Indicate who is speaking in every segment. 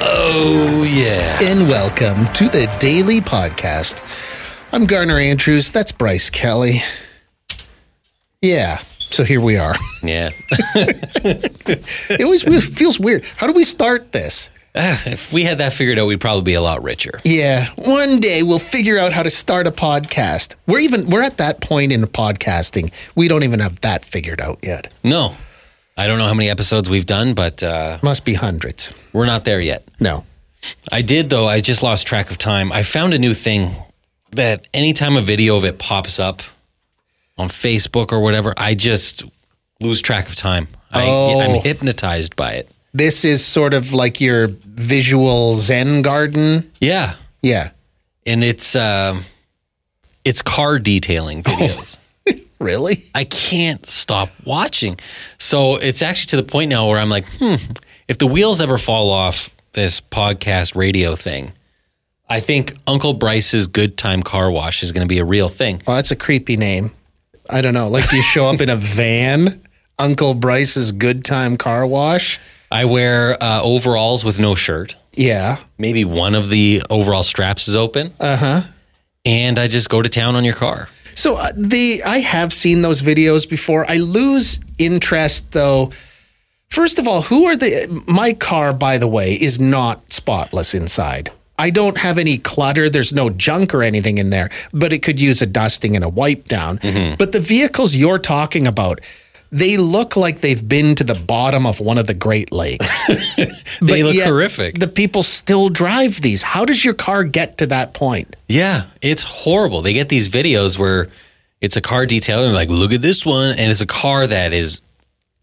Speaker 1: Oh, yeah.
Speaker 2: And welcome to the Daily Podcast. I'm Garner Andrews. That's Bryce Kelly. Yeah, so here we are.
Speaker 1: Yeah.
Speaker 2: It always feels weird. How do we start this?
Speaker 1: if we had that figured out, we'd probably be a lot richer.
Speaker 2: Yeah, one day we'll figure out how to start a podcast. We're even we're at that point in podcasting. We don't even have that figured out yet.
Speaker 1: No. I don't know how many episodes we've done, but uh,
Speaker 2: Must be hundreds.
Speaker 1: we're not there yet.
Speaker 2: No.
Speaker 1: I did though. I just lost track of time. I found a new thing that anytime a video of it pops up on Facebook or whatever, I just lose track of time. I,
Speaker 2: Oh.
Speaker 1: I'm hypnotized by it.
Speaker 2: This is sort of like your visual zen garden.
Speaker 1: Yeah,
Speaker 2: Yeah.
Speaker 1: and it's um, it's car detailing videos.
Speaker 2: Really?
Speaker 1: I can't stop watching. So it's actually to the point now where I'm like, hmm, if the wheels ever fall off this podcast radio thing, I think Uncle Bryce's Good Time Car Wash is going to be a real thing.
Speaker 2: Well, that's a creepy name. I don't know. Like do you show up in a van? Uncle Bryce's good time car wash?
Speaker 1: I wear uh, overalls with no shirt.
Speaker 2: Yeah.
Speaker 1: Maybe one of the overall straps is open. Uh huh.
Speaker 2: Uh-huh.
Speaker 1: And I just go to town on your car.
Speaker 2: So uh, the I have seen those videos before. I lose interest though. First of all, who are the my car by the way is not spotless inside. I don't have any clutter. There's no junk or anything in there, but it could use a dusting and a wipe down.
Speaker 1: Mm-hmm.
Speaker 2: But the vehicles you're talking about, they look like they've been to the bottom of one of the Great Lakes.
Speaker 1: They
Speaker 2: But
Speaker 1: look
Speaker 2: yet
Speaker 1: horrific.
Speaker 2: The people still drive these. How does your car get to that point?
Speaker 1: yeah, it's horrible. They get these videos where it's a car detailer and like, look at this one. And it's a car that is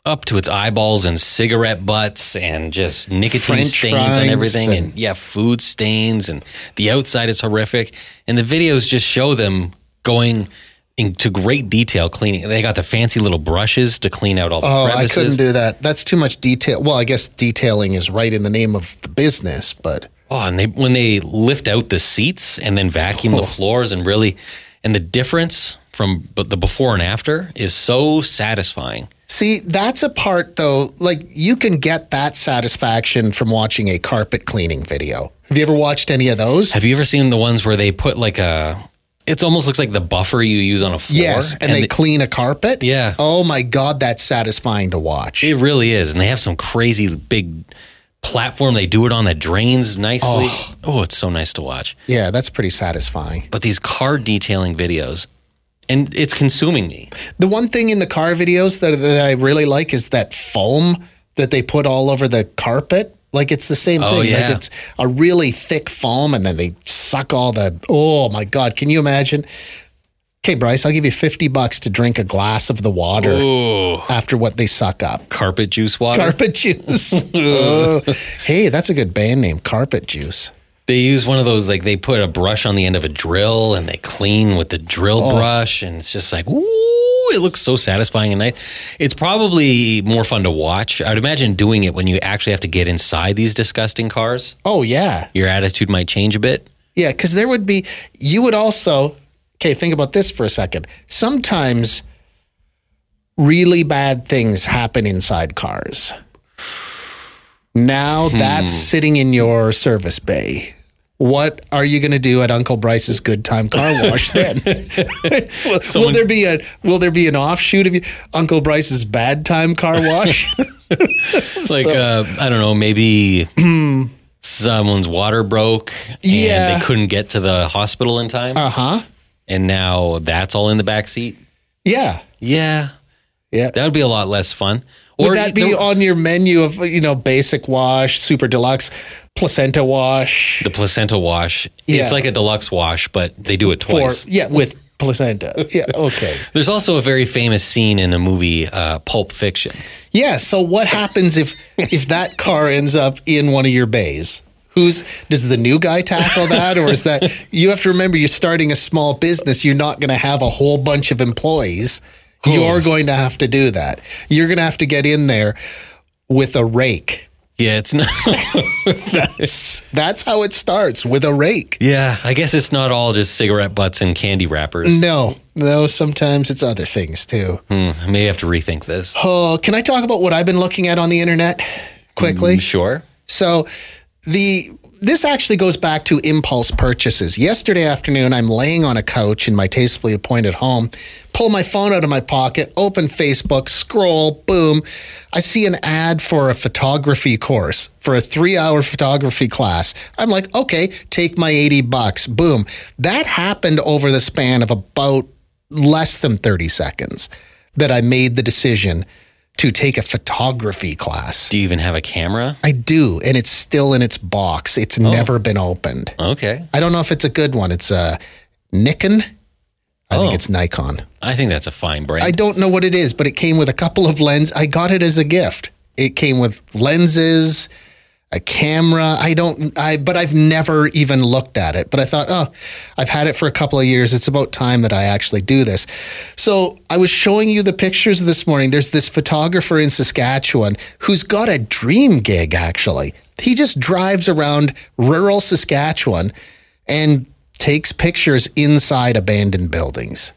Speaker 1: up to its eyeballs in cigarette butts and just nicotine
Speaker 2: French
Speaker 1: stains
Speaker 2: fries
Speaker 1: and everything. And,
Speaker 2: and-
Speaker 1: yeah, food stains. And the outside is horrific. And the videos just show them going into great detail cleaning. They got the fancy little brushes to clean out all the
Speaker 2: Oh, I
Speaker 1: crevices.
Speaker 2: couldn't do that. That's too much detail. Well, I guess detailing is right in the name of the business, but
Speaker 1: Oh, and they when they lift out the seats and then vacuum the floors and really, and the difference from but the before and after is so satisfying.
Speaker 2: see, that's a part though. Like you can get that satisfaction from watching a carpet cleaning video. Have you ever watched any of those?
Speaker 1: Have you ever seen the ones where they put like a? It almost looks like the buffer you use on a floor.
Speaker 2: yes, and, they
Speaker 1: the-
Speaker 2: clean a carpet.
Speaker 1: Yeah.
Speaker 2: Oh my god, that's satisfying to watch.
Speaker 1: it really is, and they have some crazy big platform. They do it on that drains nicely. Oh. it's so nice to watch.
Speaker 2: yeah, that's pretty satisfying.
Speaker 1: But these car detailing videos, and it's consuming me.
Speaker 2: The one thing in the car videos that, that I really like is that foam that they put all over the carpet. Like it's the same
Speaker 1: Oh,
Speaker 2: thing.
Speaker 1: yeah.
Speaker 2: Like it's a really thick foam and then they suck all the oh my god, can you imagine? Okay, Bryce, I'll give you 50 bucks to drink a glass of the water after what they suck up.
Speaker 1: Carpet juice water.
Speaker 2: Carpet juice. Oh. Hey, that's a good band name, Carpet Juice.
Speaker 1: They use one of those like they put a brush on the end of a drill and they clean with the drill
Speaker 2: Oh.
Speaker 1: brush and it's just like ooh, it looks so satisfying and nice. It's probably more fun to watch. I would imagine doing it when you actually have to get inside these disgusting cars.
Speaker 2: Oh yeah.
Speaker 1: Your attitude might change a bit.
Speaker 2: Yeah, because there would be, you would also, okay, think about this for a second. Sometimes really bad things happen inside cars. Now that's sitting in your service bay. What are you going to do at Uncle Bryce's Good Time Car Wash then? will, will there be a will there be an offshoot of your, Uncle Bryce's Bad Time Car Wash?
Speaker 1: It's like uh, I don't know, maybe someone's water broke and
Speaker 2: Yeah.
Speaker 1: they couldn't get to the hospital in time
Speaker 2: uh huh.
Speaker 1: and now that's all in the back seat.
Speaker 2: Yeah.
Speaker 1: Yeah.
Speaker 2: Yeah.
Speaker 1: That would be a lot less fun.
Speaker 2: Would that be
Speaker 1: the-
Speaker 2: on your menu of you know basic wash, super deluxe? placenta wash.
Speaker 1: the placenta wash.
Speaker 2: Yeah.
Speaker 1: It's like a deluxe wash, but they do it
Speaker 2: Or,
Speaker 1: twice.
Speaker 2: yeah, with placenta. Yeah, okay.
Speaker 1: There's also a very famous scene in a movie, uh, Pulp Fiction.
Speaker 2: Yeah. So what happens if if that car ends up in one of your bays? Who's does the new guy tackle that, or is that you have to remember you're starting a small business? You're not going to have a whole bunch of employees. You're going to have to do that. You're going to have to get in there with a rake.
Speaker 1: Yeah, it's not.
Speaker 2: That's how it starts with a rake.
Speaker 1: yeah, I guess it's not all just cigarette butts and candy wrappers.
Speaker 2: No, no. Sometimes it's other things too.
Speaker 1: I may have to rethink this.
Speaker 2: Oh, can I talk about what I've been looking at on the internet quickly?
Speaker 1: Mm, Sure.
Speaker 2: So the this actually goes back to impulse purchases. Yesterday afternoon, I'm laying on a couch in my tastefully appointed home, pull my phone out of my pocket, open Facebook, scroll, boom. I see an ad for a photography course, for a three hour photography class. I'm like, okay, take my 80 bucks. Boom. That happened over the span of about less than 30 seconds that I made the decision to take a photography class.
Speaker 1: Do you even have a camera?
Speaker 2: I do, and it's still in its box. It's never been opened.
Speaker 1: Okay.
Speaker 2: I don't know if it's a good one. It's a Nikon. I think
Speaker 1: Oh.
Speaker 2: it's Nikon.
Speaker 1: I think that's a fine brand.
Speaker 2: I don't know what it is, but it came with a couple of lenses. I got it as a gift. It came with lenses, a camera. I don't I but I've never even looked at it. But I thought, "Oh, I've had it for a couple of years. It's about time that I actually do this." So, I was showing you the pictures this morning. There's this photographer in Saskatchewan who's got a dream gig actually. He just drives around rural Saskatchewan and takes pictures inside abandoned buildings.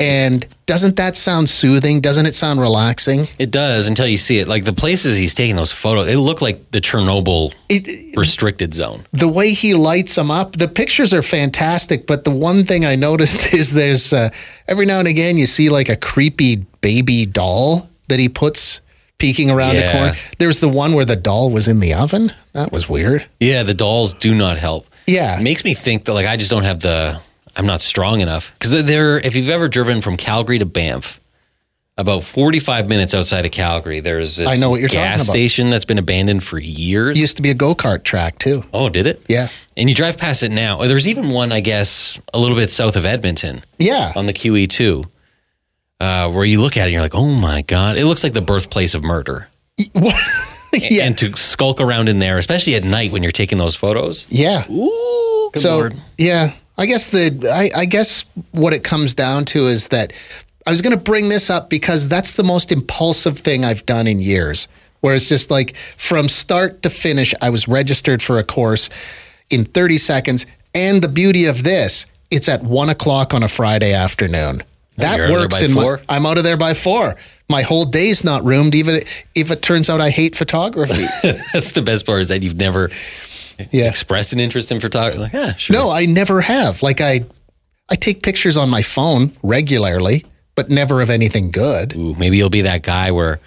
Speaker 2: And doesn't that sound soothing? Doesn't it sound relaxing?
Speaker 1: it does until you see it. Like the places he's taking those photos, they look like the Chernobyl
Speaker 2: It,
Speaker 1: restricted zone.
Speaker 2: the way he lights them up, the pictures are fantastic. But the one thing I noticed is there's uh, every now and again you see like a creepy baby doll that he puts peeking around a
Speaker 1: Yeah.
Speaker 2: corner. There's the one where the doll was in the oven. That was weird.
Speaker 1: Yeah, the dolls do not help.
Speaker 2: Yeah.
Speaker 1: It makes me think that like I just don't have the I'm not strong enough because there. If you've ever driven from Calgary to Banff, about 45 minutes outside of Calgary, there's this
Speaker 2: I know what you're talking
Speaker 1: gas
Speaker 2: about.
Speaker 1: station that's been abandoned for years.
Speaker 2: Used to be a go kart track too.
Speaker 1: oh, did it?
Speaker 2: Yeah,
Speaker 1: And you drive past it now. Or There's even one, I guess, a little bit south of Edmonton
Speaker 2: yeah.
Speaker 1: on the QE2, uh, where you look at it and you're like, oh my god, it looks like the birthplace of murder.
Speaker 2: yeah,
Speaker 1: And to skulk around in there, especially at night when you're taking those photos.
Speaker 2: yeah.
Speaker 1: Ooh, good
Speaker 2: so
Speaker 1: lord.
Speaker 2: yeah i guess the I, I guess what it comes down to is that i was going to bring this up because that's the most impulsive thing i've done in years where it's just like from start to finish i was registered for a course in 30 seconds and the beauty of this it's at one o'clock on a friday afternoon
Speaker 1: you're
Speaker 2: that
Speaker 1: out of there
Speaker 2: works
Speaker 1: by
Speaker 2: in
Speaker 1: four?
Speaker 2: my i'm out of there by four my whole day's not roomed even if it turns out i hate photography
Speaker 1: That's the best part is that you've never
Speaker 2: yeah
Speaker 1: expressed an interest in photography. Like, yeah, sure.
Speaker 2: No, I never have. Like I I take pictures on my phone regularly, but never of anything good.
Speaker 1: Ooh, maybe you'll be that guy where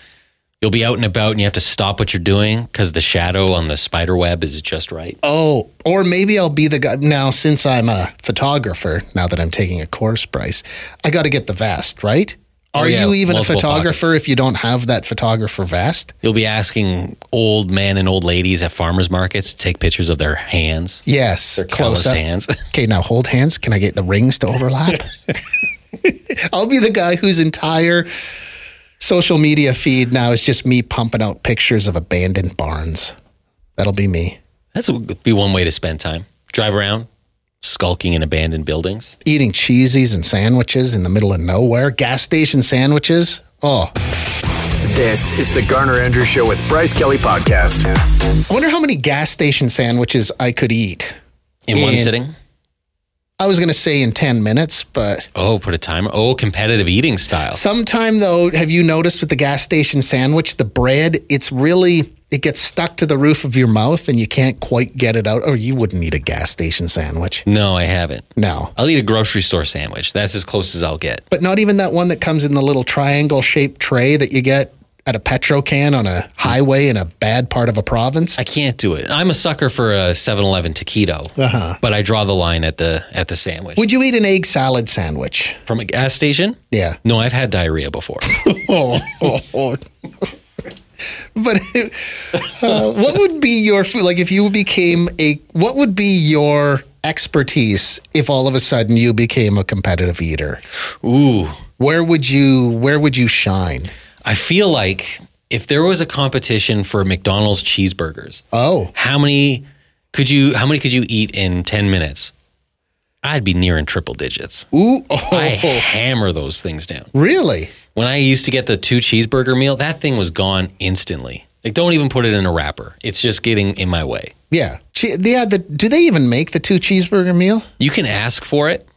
Speaker 1: you'll be out and about and you have to stop what you're doing because the shadow on the spider web is just right.
Speaker 2: Oh, or maybe I'll be the guy now since I'm a photographer, now that I'm taking a course price, I got to get the vest, right? Are
Speaker 1: Oh, yeah,
Speaker 2: you even a
Speaker 1: multiple
Speaker 2: photographer if you don't have that photographer vest?
Speaker 1: You'll be asking old men and old ladies at farmers markets to take pictures of their hands,
Speaker 2: Yes,
Speaker 1: their calloused hands.
Speaker 2: Okay, now hold hands. Can I get the rings to overlap? I'll be the guy whose entire social media feed now is just me pumping out pictures of abandoned barns. That'll be me.
Speaker 1: That's would be one way to spend time. Drive around, skulking in abandoned buildings.
Speaker 2: Eating cheesies and sandwiches in the middle of nowhere, gas station sandwiches. Oh,
Speaker 3: This is the Garner Andrews Show with Bryce Kelly Podcast.
Speaker 2: I wonder how many gas station sandwiches I could eat.
Speaker 1: In one
Speaker 2: And-
Speaker 1: sitting?
Speaker 2: I was going to say in 10 minutes, but
Speaker 1: Oh, put a timer. Oh, competitive eating style.
Speaker 2: Sometime though, have you noticed with the gas station sandwich, the bread, it's really it gets stuck to the roof of your mouth and you can't quite get it out. Or you wouldn't eat a gas station sandwich.
Speaker 1: No, I haven't.
Speaker 2: No.
Speaker 1: I'll eat a grocery store sandwich. That's as close as I'll get.
Speaker 2: But not even that one that comes in the little triangle shaped tray that you get at a petro can on a highway in a bad part of a province.
Speaker 1: I can't do it. I'm a sucker for a 7-Eleven taquito,
Speaker 2: Uh-huh.
Speaker 1: but I draw the line at the at the sandwich
Speaker 2: Would you eat an egg salad sandwich?
Speaker 1: from a gas station.
Speaker 2: Yeah.
Speaker 1: No, I've had diarrhea before.
Speaker 2: but uh, what would be your food? Like, if you became a, what would be your expertise if all of a sudden you became a competitive eater?
Speaker 1: Ooh,
Speaker 2: Where would you, where would you shine?
Speaker 1: I feel like if there was a competition for McDonald's cheeseburgers,
Speaker 2: Oh,
Speaker 1: how many could you how many could you eat in 10 minutes? I'd be nearing triple digits.
Speaker 2: ooh,
Speaker 1: I
Speaker 2: oh,
Speaker 1: hammer those things down.
Speaker 2: really?
Speaker 1: When I used to get the two cheeseburger meal, that thing was gone instantly. Like don't even put it in a wrapper. It's just getting in my way.
Speaker 2: Yeah, che- yeah. The, do they even make the two cheeseburger meal?
Speaker 1: You can ask for it.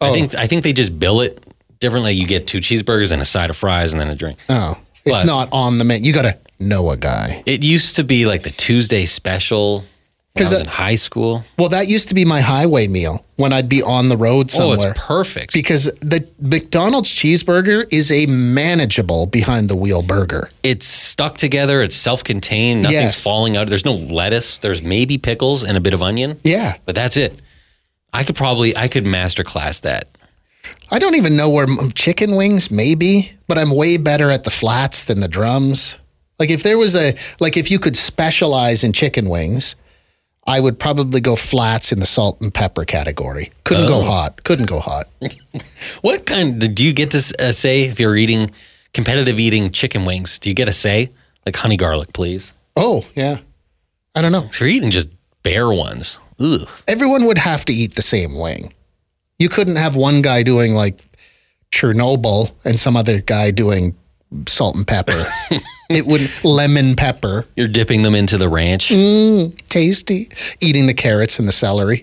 Speaker 2: Oh.
Speaker 1: I think I think they just bill it differently. You get two cheeseburgers and a side of fries and then a drink.
Speaker 2: Oh, it's
Speaker 1: What?
Speaker 2: not on the menu. You gotta know a guy.
Speaker 1: It used to be like the Tuesday special when I
Speaker 2: 'Cause
Speaker 1: was
Speaker 2: that-
Speaker 1: in high school.
Speaker 2: Well, that used to be my highway meal when I'd be on the road somewhere.
Speaker 1: Oh, it's perfect.
Speaker 2: because the McDonald's cheeseburger is a manageable behind the wheel burger.
Speaker 1: it's stuck together. It's self-contained. Nothing's
Speaker 2: Yes.
Speaker 1: falling out. There's no lettuce. There's maybe pickles and a bit of onion.
Speaker 2: Yeah.
Speaker 1: But that's it. I could probably I could masterclass that.
Speaker 2: I don't even know where m- chicken wings maybe, but I'm way better at the flats than the drums. Like if there was a like if you could specialize in chicken wings, I would probably go flats in the salt and pepper category. Couldn't go hot. Couldn't go hot.
Speaker 1: What kind do you get to s- uh, say if you're eating competitive eating chicken wings? Do you get a say like honey garlic, please?
Speaker 2: Oh, yeah. I don't know.
Speaker 1: If you're eating just bare ones, ugh.
Speaker 2: everyone would have to eat the same wing. You couldn't have one guy doing like Chernobyl and some other guy doing salt and pepper. it would lemon pepper,
Speaker 1: You're dipping them into the ranch.
Speaker 2: tasty, eating the carrots and the celery.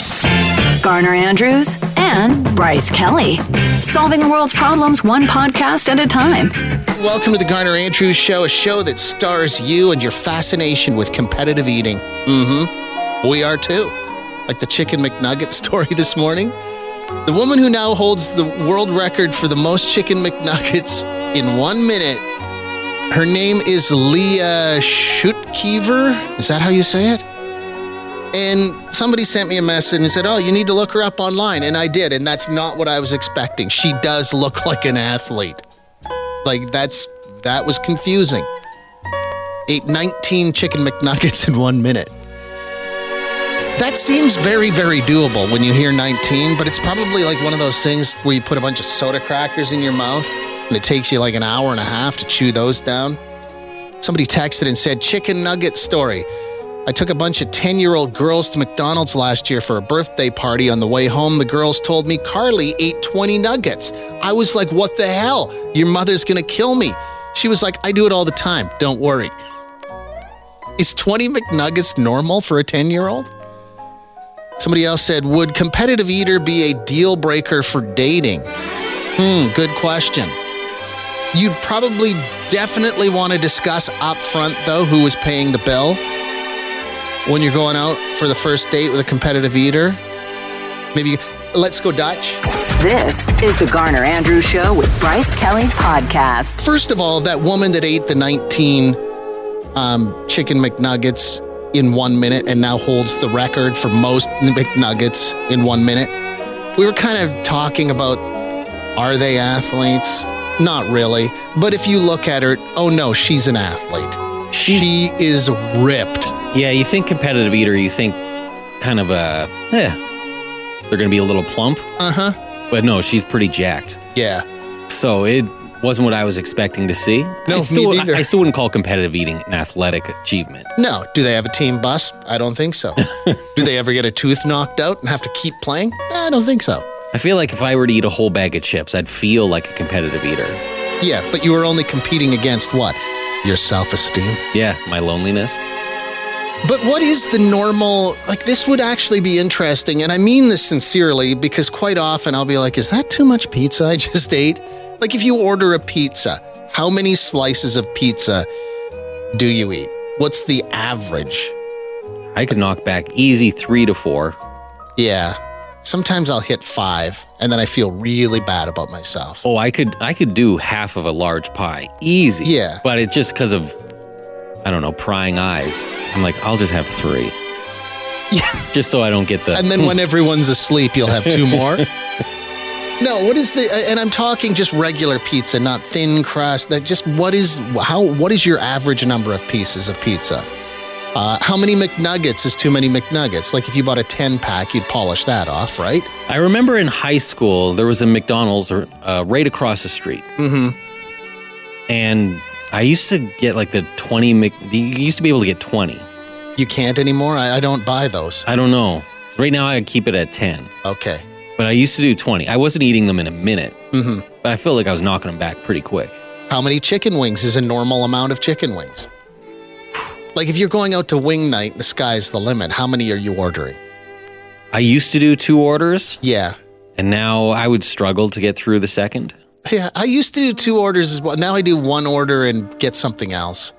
Speaker 4: Garner Andrews and Bryce Kelly. Solving the world's problems one podcast at a time.
Speaker 2: Welcome to the Garner Andrews Show, a show that stars you and your fascination with competitive eating. Mm hmm. We are too. Like the Chicken McNugget story this morning. The woman who now holds the world record for the most Chicken McNuggets in one minute. Her name is Leah Schutkever. Is that how you say it? And somebody sent me a message and said, Oh, you need to look her up online. And I did. And that's not what I was expecting. She does look like an athlete. Like that's that was confusing. Ate 19 chicken McNuggets in one minute. That seems very, very doable when you hear 19, but it's probably like one of those things where you put a bunch of soda crackers in your mouth and it takes you like an hour and a half to chew those down. Somebody texted and said, Chicken nugget story. I took a bunch of 10 year old girls to McDonald's last year for a birthday party. On the way home, the girls told me Carly ate 20 nuggets. I was like, What the hell? Your mother's gonna kill me. She was like, I do it all the time. Don't worry. Is 20 McNuggets normal for a 10 year old? Somebody else said, Would competitive eater be a deal breaker for dating? Hmm, good question. You'd probably definitely want to discuss up front, though, who was paying the bill when you're going out for the first date with a competitive eater. Maybe let's go Dutch.
Speaker 4: This is the Garner Andrews Show with Bryce Kelly Podcast.
Speaker 2: First of all, that woman that ate the 19 um, chicken McNuggets in one minute and now holds the record for most McNuggets in one minute. We were kind of talking about are they athletes? Not really. But if you look at her, oh no, she's an athlete. She is ripped.
Speaker 1: Yeah, you think competitive eater, you think kind of a, eh, they're going to be a little plump.
Speaker 2: Uh
Speaker 1: Uh-huh.
Speaker 2: huh.
Speaker 1: But no, she's pretty jacked.
Speaker 2: Yeah.
Speaker 1: So it wasn't what I was expecting to see.
Speaker 2: No,
Speaker 1: I
Speaker 2: me
Speaker 1: still,
Speaker 2: neither.
Speaker 1: I, I still wouldn't call competitive eating an athletic achievement.
Speaker 2: No. Do they have a team bus? I don't think so. Do they ever get a tooth knocked out and have to keep playing? I don't think so.
Speaker 1: I feel like if I were to eat a whole bag of chips, I'd feel like a competitive eater.
Speaker 2: Yeah, but you were only competing against what? Your self esteem.
Speaker 1: Yeah, my loneliness.
Speaker 2: But what is the normal? Like, this would actually be interesting. And I mean this sincerely because quite often I'll be like, is that too much pizza I just ate? Like, if you order a pizza, how many slices of pizza do you eat? What's the average?
Speaker 1: I could knock back easy three to four.
Speaker 2: Yeah. Sometimes I'll hit five and then I feel really bad about myself.
Speaker 1: Oh, I could I could do half of a large pie. Easy.
Speaker 2: Yeah.
Speaker 1: But it's just because of I don't know, prying eyes. I'm like, I'll just have three.
Speaker 2: Yeah.
Speaker 1: Just so I don't get the
Speaker 2: And then when everyone's asleep, you'll have two more. No, what is the? And I'm talking just regular pizza, not thin crust. That just what is how? What is your average number of pieces of pizza? Uh, how many McNuggets is too many McNuggets? Like if you bought a ten pack, you'd polish that off, right?
Speaker 1: I remember in high school there was a McDonald's uh, right across the street,
Speaker 2: Mm-hmm.
Speaker 1: and I used to get like the twenty. Mc- you used to be able to get twenty.
Speaker 2: You can't anymore. I, I don't buy those.
Speaker 1: I don't know. Right now I keep it at ten,
Speaker 2: Okay.
Speaker 1: but I used to do twenty. I wasn't eating them in a minute,
Speaker 2: Mm-hmm.
Speaker 1: but I feel like I was knocking them back pretty quick.
Speaker 2: How many chicken wings is a normal amount of chicken wings? Like if you're going out to wing night, the sky's the limit. How many are you ordering?
Speaker 1: I used to do two orders,
Speaker 2: Yeah.
Speaker 1: and now I would struggle to get through the second.
Speaker 2: Yeah, I used to do two orders as well. Now I do one order and get something else.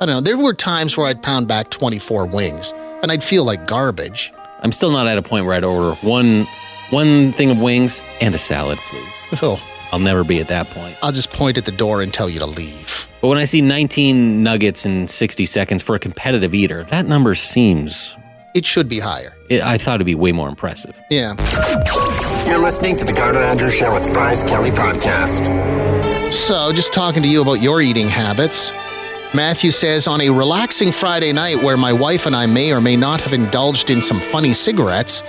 Speaker 2: I don't know. There were times where I'd pound back 24 wings and I'd feel like garbage.
Speaker 1: I'm still not at a point where I'd order one one thing of wings and a salad, please.
Speaker 2: Oh,
Speaker 1: I'll never be at that point.
Speaker 2: I'll just point at the door and tell you to leave.
Speaker 1: But when I see 19 nuggets in 60 seconds for a competitive eater, that number seems
Speaker 2: It should be higher.
Speaker 1: it, I thought it'd be way more impressive.
Speaker 2: Yeah.
Speaker 3: You're listening to the Garner Andrews Show with Bryce Kelly Podcast.
Speaker 2: So, just talking to you about your eating habits. Matthew says on a relaxing Friday night where my wife and I may or may not have indulged in some funny cigarettes,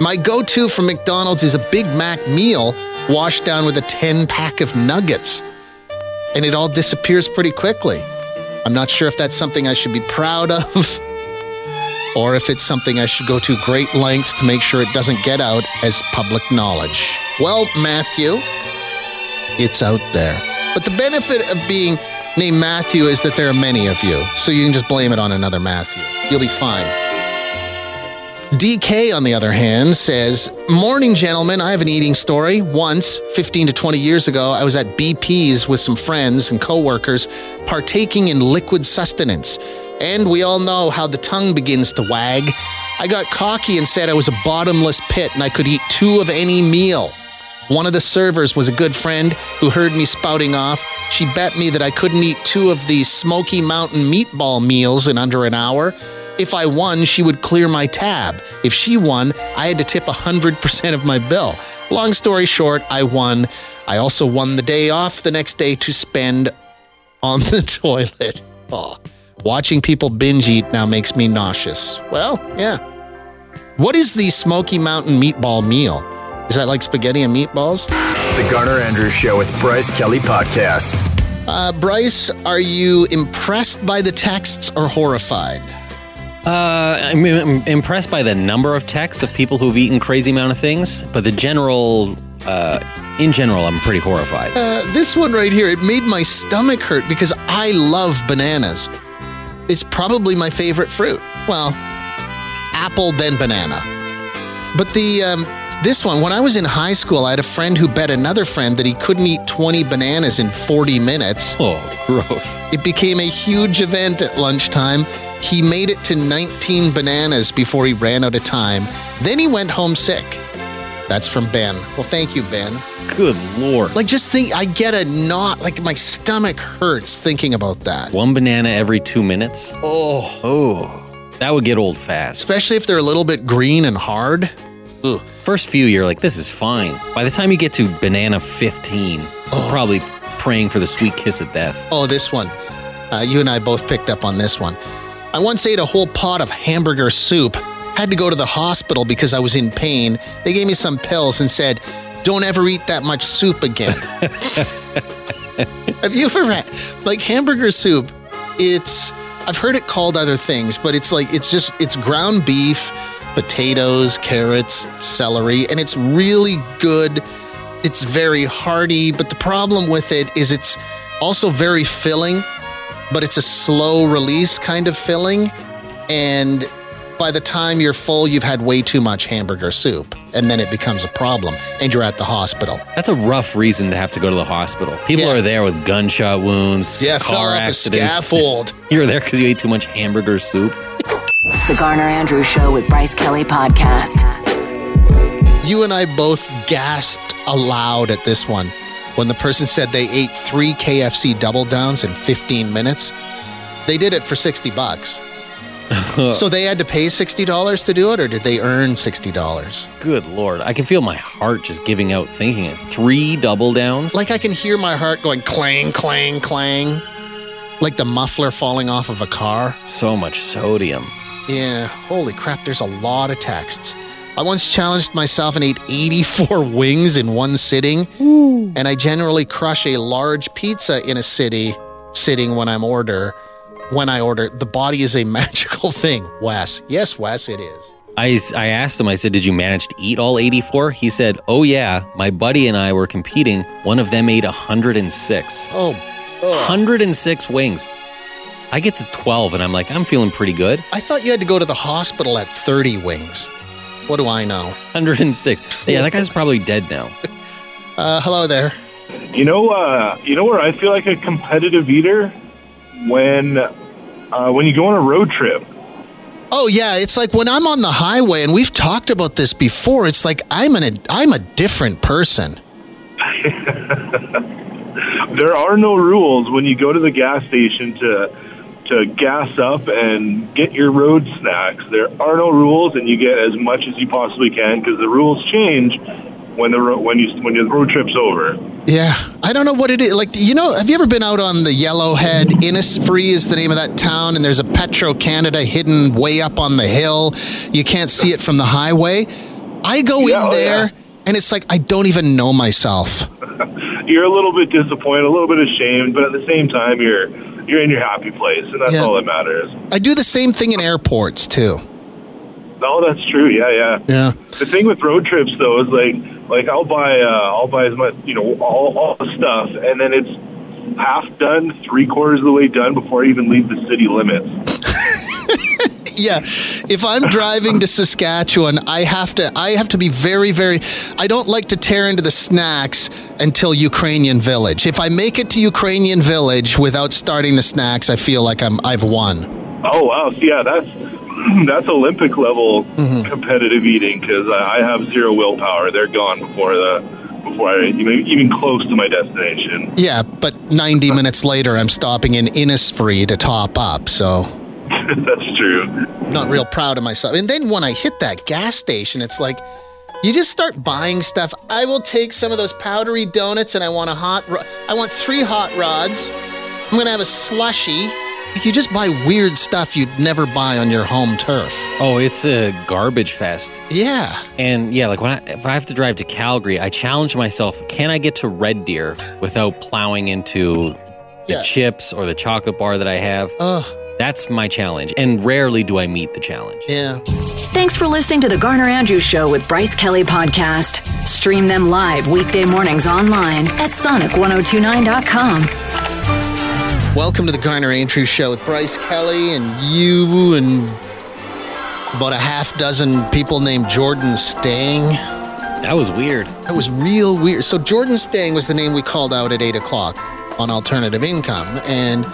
Speaker 2: my go to from McDonald's is a Big Mac meal washed down with a 10 pack of nuggets. And it all disappears pretty quickly. I'm not sure if that's something I should be proud of or if it's something I should go to great lengths to make sure it doesn't get out as public knowledge. Well, Matthew, it's out there. But the benefit of being named Matthew is that there are many of you, so you can just blame it on another Matthew. You'll be fine. DK, on the other hand, says, Morning, gentlemen. I have an eating story. Once, 15 to 20 years ago, I was at BP's with some friends and coworkers partaking in liquid sustenance. And we all know how the tongue begins to wag. I got cocky and said I was a bottomless pit and I could eat two of any meal. One of the servers was a good friend who heard me spouting off. She bet me that I couldn't eat two of these Smoky Mountain meatball meals in under an hour. If I won, she would clear my tab. If she won, I had to tip 100% of my bill. Long story short, I won. I also won the day off the next day to spend on the toilet. Aw. Watching people binge eat now makes me nauseous. Well, yeah. What is the Smoky Mountain meatball meal? Is that like spaghetti and meatballs?
Speaker 3: The Garner Andrews Show with Bryce Kelly Podcast.
Speaker 2: Uh, Bryce, are you impressed by the texts or horrified?
Speaker 1: Uh, I'm, I'm impressed by the number of texts of people who've eaten crazy amount of things, but the general, uh, in general, I'm pretty horrified.
Speaker 2: Uh, this one right here, it made my stomach hurt because I love bananas. It's probably my favorite fruit. Well, apple then banana. But the um, this one, when I was in high school, I had a friend who bet another friend that he couldn't eat 20 bananas in 40 minutes.
Speaker 1: Oh, gross.
Speaker 2: It became a huge event at lunchtime. He made it to 19 bananas before he ran out of time. Then he went home sick. That's from Ben. Well, thank you, Ben.
Speaker 1: Good lord.
Speaker 2: Like, just think, I get a knot. Like, my stomach hurts thinking about that.
Speaker 1: One banana every two minutes. Oh. Oh. That would get old fast.
Speaker 2: Especially if they're a little bit green and hard. Ugh.
Speaker 1: First few, you're like, this is fine. By the time you get to banana 15, you're probably praying for the sweet kiss of death.
Speaker 2: Oh, this one. Uh, you and I both picked up on this one. I once ate a whole pot of hamburger soup. Had to go to the hospital because I was in pain. They gave me some pills and said, "Don't ever eat that much soup again." Have you ever had like hamburger soup? It's I've heard it called other things, but it's like it's just it's ground beef, potatoes, carrots, celery, and it's really good. It's very hearty, but the problem with it is it's also very filling, but it's a slow release kind of filling. And by the time you're full, you've had way too much hamburger soup, and then it becomes a problem, and you're at the hospital.
Speaker 1: That's a rough reason to have to go to the hospital. People
Speaker 2: Yeah.
Speaker 1: are there with gunshot wounds,
Speaker 2: Yeah, fell
Speaker 1: car
Speaker 2: off a
Speaker 1: accidents.
Speaker 2: scaffold.
Speaker 1: You're there because you ate too much hamburger soup.
Speaker 4: The Garner Andrews Show with Bryce Kelly Podcast.
Speaker 2: You and I both gasped aloud at this one when the person said they ate three KFC double downs in 15 minutes. They did it for 60 bucks. so they had to pay sixty dollars to do it, or did they earn sixty dollars?
Speaker 1: Good lord, I can feel my heart just giving out thinking of three double downs.
Speaker 2: Like I can hear my heart going clang, clang, clang, like the muffler falling off of a car.
Speaker 1: so much sodium.
Speaker 2: Yeah, holy crap, there's a lot of texts. I once challenged myself and ate 84 wings in one sitting, and I generally crush a large pizza in a city sitting when I'm order. When I order, the body is a magical thing, Wes. Yes, Wes, it is.
Speaker 1: I, s- I asked him, I said, Did you manage to eat all 84? He said, Oh, yeah. My buddy and I were competing. One of them ate 106.
Speaker 2: Oh, ugh.
Speaker 1: 106 wings. I get to 12 and I'm like, I'm feeling pretty good.
Speaker 2: I thought you had to go to the hospital at 30 wings. What do I know?
Speaker 1: 106. Yeah, that guy's probably dead now.
Speaker 2: Uh, hello there.
Speaker 5: You know, uh, you know where I feel like a competitive eater when uh, when you go on a road trip.
Speaker 2: Oh yeah, it's like when I'm on the highway, and we've talked about this before. It's like I'm an I'm a different person.
Speaker 5: There are no rules when you go to the gas station to to gas up and get your road snacks. There are no rules, and you get as much as you possibly can because the rules change when the ro- when you when your road trip's over.
Speaker 2: Yeah, I don't know what it is. Like, you know, have you ever been out on the Yellowhead? Innisfree is the name of that town, and there's a Petro Canada hidden way up on the hill. You can't see it from the highway. I go
Speaker 5: Yeah,
Speaker 2: in
Speaker 5: oh,
Speaker 2: there,
Speaker 5: yeah.
Speaker 2: and it's like I don't even know myself.
Speaker 5: You're a little bit disappointed, a little bit ashamed, but at the same time, you're you're in your happy place, and that's
Speaker 2: Yeah.
Speaker 5: all that matters.
Speaker 2: I do the same thing in airports too.
Speaker 5: No, that's true. Yeah, yeah.
Speaker 2: Yeah.
Speaker 5: The thing with road trips though is like like I'll buy uh, I'll buy as much you know all all the stuff and then it's half done, three quarters of the way done before I even leave the city limits.
Speaker 2: yeah if i'm driving to saskatchewan i have to i have to be very very i don't like to tear into the snacks until ukrainian village if i make it to ukrainian village without starting the snacks i feel like i'm i've won
Speaker 5: Oh wow, so, yeah, that's that's Olympic level
Speaker 2: Mm-hmm.
Speaker 5: competitive eating because I, I have zero willpower. They're gone before the before I even even close to my destination.
Speaker 2: yeah but 90 minutes later i'm stopping in innisfree to top up so
Speaker 5: that's true.
Speaker 2: not real proud of myself. And then when I hit that gas station, it's like you just start buying stuff. I will take some of those powdery donuts, and I want a hot. Ro- I want three hot rods. I'm gonna have a slushy. You just buy weird stuff you'd never buy on your home turf.
Speaker 1: Oh, it's a garbage fest.
Speaker 2: Yeah.
Speaker 1: And yeah, like when I, if I have to drive to Calgary, I challenge myself: Can I get to Red Deer without plowing into the
Speaker 2: Yeah.
Speaker 1: chips or the chocolate bar that I have?
Speaker 2: Oh,
Speaker 1: That's my challenge, and rarely do I meet the challenge.
Speaker 2: yeah.
Speaker 4: Thanks for listening to the Garner Andrews Show with Bryce Kelly Podcast. Stream them live weekday mornings online at sonic1029.com.
Speaker 2: Welcome to the Garner Andrews Show with Bryce Kelly and you and about a half dozen people named Jordan Stang.
Speaker 1: That was weird.
Speaker 2: That was real weird. So Jordan Stang was the name we called out at eight o'clock on alternative income, and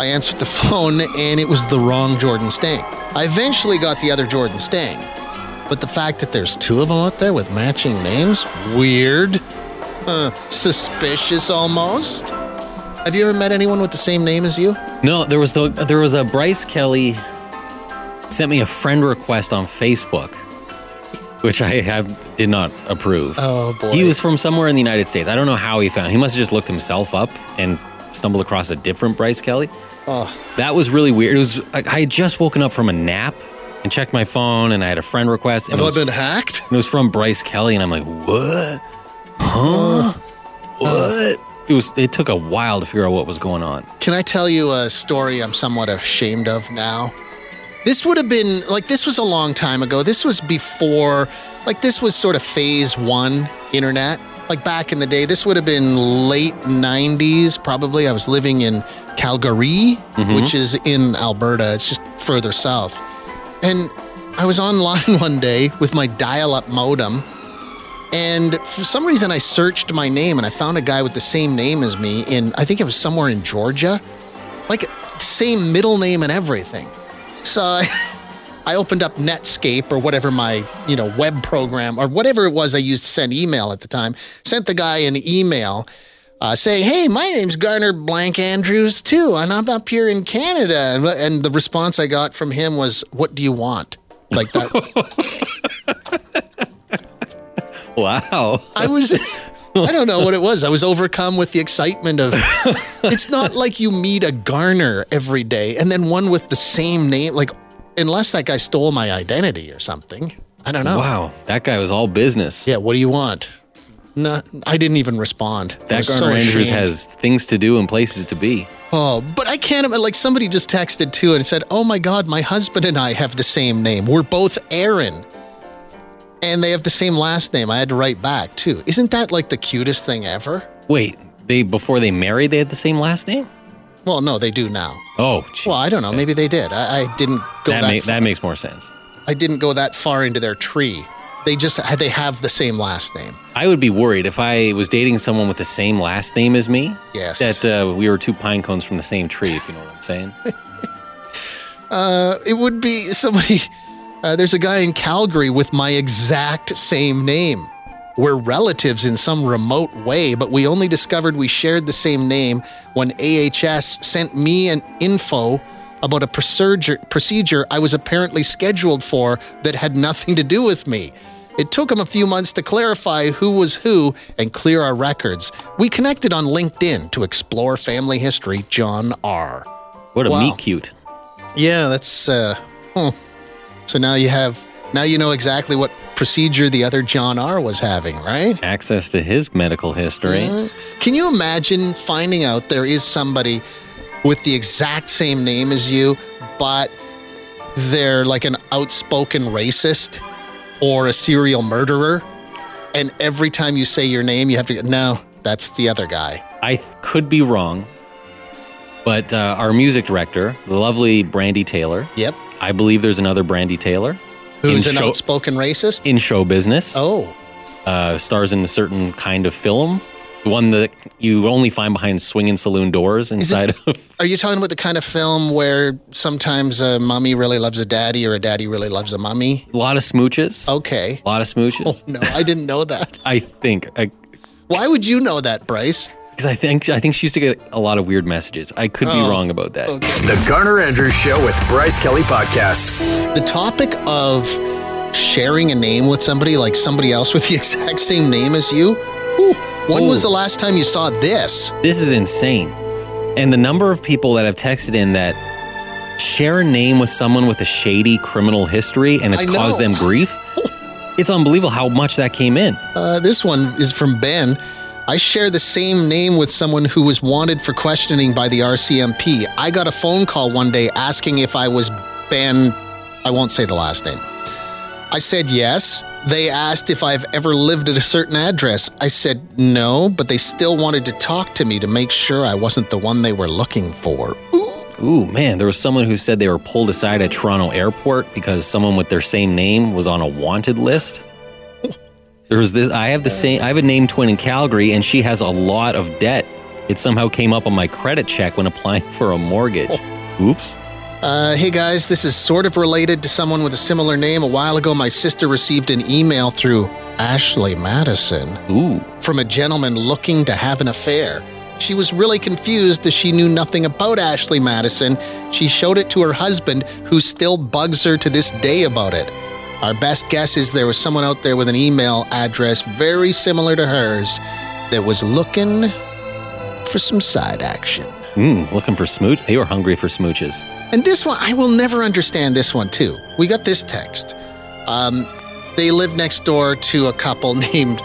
Speaker 2: I answered the phone, and it was the wrong Jordan Stang. I eventually got the other Jordan Stang, but the fact that there's two of them out there with matching names, weird, huh, suspicious almost. Have you ever met anyone with the same name as you?
Speaker 1: No, there was the, there was a Bryce Kelly sent me a friend request on Facebook, which I have did not approve.
Speaker 2: Oh boy.
Speaker 1: He was from somewhere in the United States. I don't know how he found. He must have just looked himself up and stumbled across a different Bryce Kelly.
Speaker 2: Oh,
Speaker 1: That was really weird. It was I, I had just woken up from a nap and checked my phone, and I had a friend request. And
Speaker 2: have
Speaker 1: it
Speaker 2: I
Speaker 1: was,
Speaker 2: been hacked?
Speaker 1: and it was from Bryce Kelly, and I'm like, what? Huh? What? It was. It took a while to figure out what was going on.
Speaker 2: Can I tell you a story I'm somewhat ashamed of now? This would have been like this was a long time ago. This was before, like, this was sort of phase one internet. Like back in the day, this would have been late 90s, probably. I was living in Calgary, which is in Alberta, it's just further south. And I was online one day with my dial up modem. And for some reason, I searched my name and I found a guy with the same name as me in, I think it was somewhere in Georgia, like same middle name and everything. So I, I opened up Netscape or whatever my, you know, web program or whatever it was I used to send email at the time, sent the guy an email uh, say, "Hey, my name's Garner Blank Andrews too, and I'm up here in Canada." And, and the response I got from him was, "What do you want?" Like that,
Speaker 1: Wow.
Speaker 2: I was. I don't know what it was. I was overcome with the excitement of. it's not like you meet a Garner every day, and then one with the same name. Like, unless that guy stole my identity or something. I don't know.
Speaker 1: Wow. That guy was all business.
Speaker 2: Oh. Yeah, what do you want? No, I didn't even respond. I
Speaker 1: That
Speaker 2: was
Speaker 1: Garner
Speaker 2: so
Speaker 1: Andrews
Speaker 2: ashamed.
Speaker 1: has things to do and places to be.
Speaker 2: Oh, but I can't. ima- Like somebody just texted too and said, "Oh my God, my husband and I have the same name. We're both Aaron, and they have the same last name." I had to write back too. Isn't that like the cutest thing ever?
Speaker 1: Wait, they before they married, they had the same last name?
Speaker 2: Well, no, they do now.
Speaker 1: Oh, gee.
Speaker 2: Well, I don't know. Maybe they did. I, I didn't go
Speaker 1: that,
Speaker 2: that.
Speaker 1: ma-
Speaker 2: far.
Speaker 1: that makes more sense.
Speaker 2: I didn't go that far into their tree. They just they have the same last name.
Speaker 1: I would be worried if I was dating someone with the same last name as me.
Speaker 2: Yes.
Speaker 1: That uh, we were two pine cones from the same tree, if you know what I'm saying.
Speaker 2: Uh, it would be somebody. Uh, there's a guy in Calgary with my exact same name. We're relatives in some remote way, but we only discovered we shared the same name when AHS sent me an info about a procedure, procedure I was apparently scheduled for that had nothing to do with me. It took him a few months to clarify who was who and clear our records. We connected on LinkedIn to explore family history, John R.
Speaker 1: What a
Speaker 2: Wow.
Speaker 1: meat cute.
Speaker 2: Yeah, that's. Uh, hmm. So now you have now you know exactly what procedure the other John R was having, right?
Speaker 1: Access to his medical history.
Speaker 2: Mm-hmm. Can you imagine finding out there is somebody with the exact same name as you, but they're like an outspoken racist or a serial murderer, and every time you say your name, you have to go, no, that's the other guy.
Speaker 1: I th- could be wrong, but uh, our music director, the lovely Brandy Taylor,
Speaker 2: Yep,
Speaker 1: I believe there's another Brandy Taylor
Speaker 2: who's
Speaker 1: In
Speaker 2: an
Speaker 1: show-
Speaker 2: outspoken racist?
Speaker 1: in show business,
Speaker 2: Oh,
Speaker 1: uh, stars in a certain kind of film, the one that you only find behind swinging saloon doors inside of.
Speaker 2: Are you talking about the kind of film where sometimes a mummy really loves a daddy or a daddy really loves a mummy?
Speaker 1: A lot of smooches.
Speaker 2: Okay.
Speaker 1: A lot of smooches.
Speaker 2: Oh, no, I didn't know that.
Speaker 1: I think. I,
Speaker 2: Why would you know that, Bryce?
Speaker 1: Because I think I think she used to get a lot of weird messages. I could
Speaker 2: Oh.
Speaker 1: be wrong about that.
Speaker 3: The Garner Andrews Show with Bryce Kelly Podcast.
Speaker 2: The topic of sharing a name with somebody, like somebody else with the exact same name as you. Ooh, when was the last time you saw this?
Speaker 1: This is insane. And the number of people that have texted in that share a name with someone with a shady criminal history and it's
Speaker 2: I know.
Speaker 1: caused them grief. It's unbelievable how much that came in.
Speaker 2: Uh, this one is from Ben. I share the same name with someone who was wanted for questioning by the RCMP. I got a phone call one day asking if I was Ben. I won't say the last name. I said yes. They asked if I've ever lived at a certain address. I said no, but they still wanted to talk to me to make sure I wasn't the one they were looking for.
Speaker 1: Ooh, man, there was someone who said they were pulled aside at Toronto Airport because someone with their same name was on a wanted list. There was this I have the same I have a name twin in Calgary and she has a lot of debt. It somehow came up on my credit check when applying for a mortgage. Oops.
Speaker 2: Uh, hey guys, this is sort of related to someone with a similar name. A while ago, my sister received an email through Ashley Madison.
Speaker 1: Ooh.
Speaker 2: from a gentleman looking to have an affair. She was really confused as she knew nothing about Ashley Madison. She showed it to her husband, who still bugs her to this day about it. Our best guess is there was someone out there with an email address very similar to hers that was looking for some side action.
Speaker 1: Mm, looking for smooch. They were hungry for smooches.
Speaker 2: And this one, I will never understand this one too. We got this text. Um, they live next door to a couple named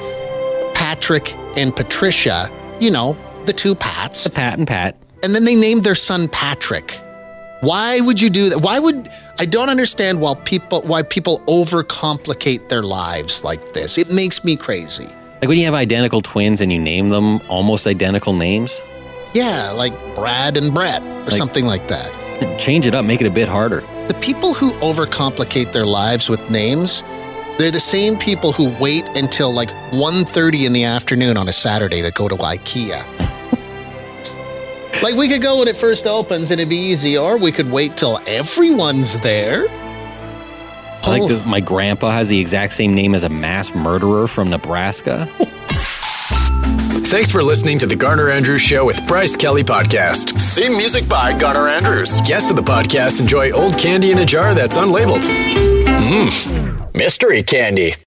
Speaker 2: Patrick and Patricia, you know, the two Pats.
Speaker 1: The Pat and Pat.
Speaker 2: And then they named their son Patrick. Why would you do that? Why would I don't understand why people why people overcomplicate their lives like this. It makes me crazy.
Speaker 1: Like when you have identical twins and you name them almost identical names,
Speaker 2: Yeah, like Brad and Brett or
Speaker 1: Like-
Speaker 2: something like that.
Speaker 1: change it up, make it a bit harder.
Speaker 2: The people who overcomplicate their lives with names, they're the same people who wait until like 1:30 in the afternoon on a Saturday to go to IKEA. like we could go when it first opens and it'd be easy, or we could wait till everyone's there.
Speaker 1: I like this. My grandpa has the exact same name as a mass murderer from Nebraska.
Speaker 3: Thanks for listening to the Garner Andrews Show with Bryce Kelly Podcast. Theme music by Garner Andrews. Guests of the podcast enjoy old candy in a jar that's unlabeled. Mmm, mystery candy.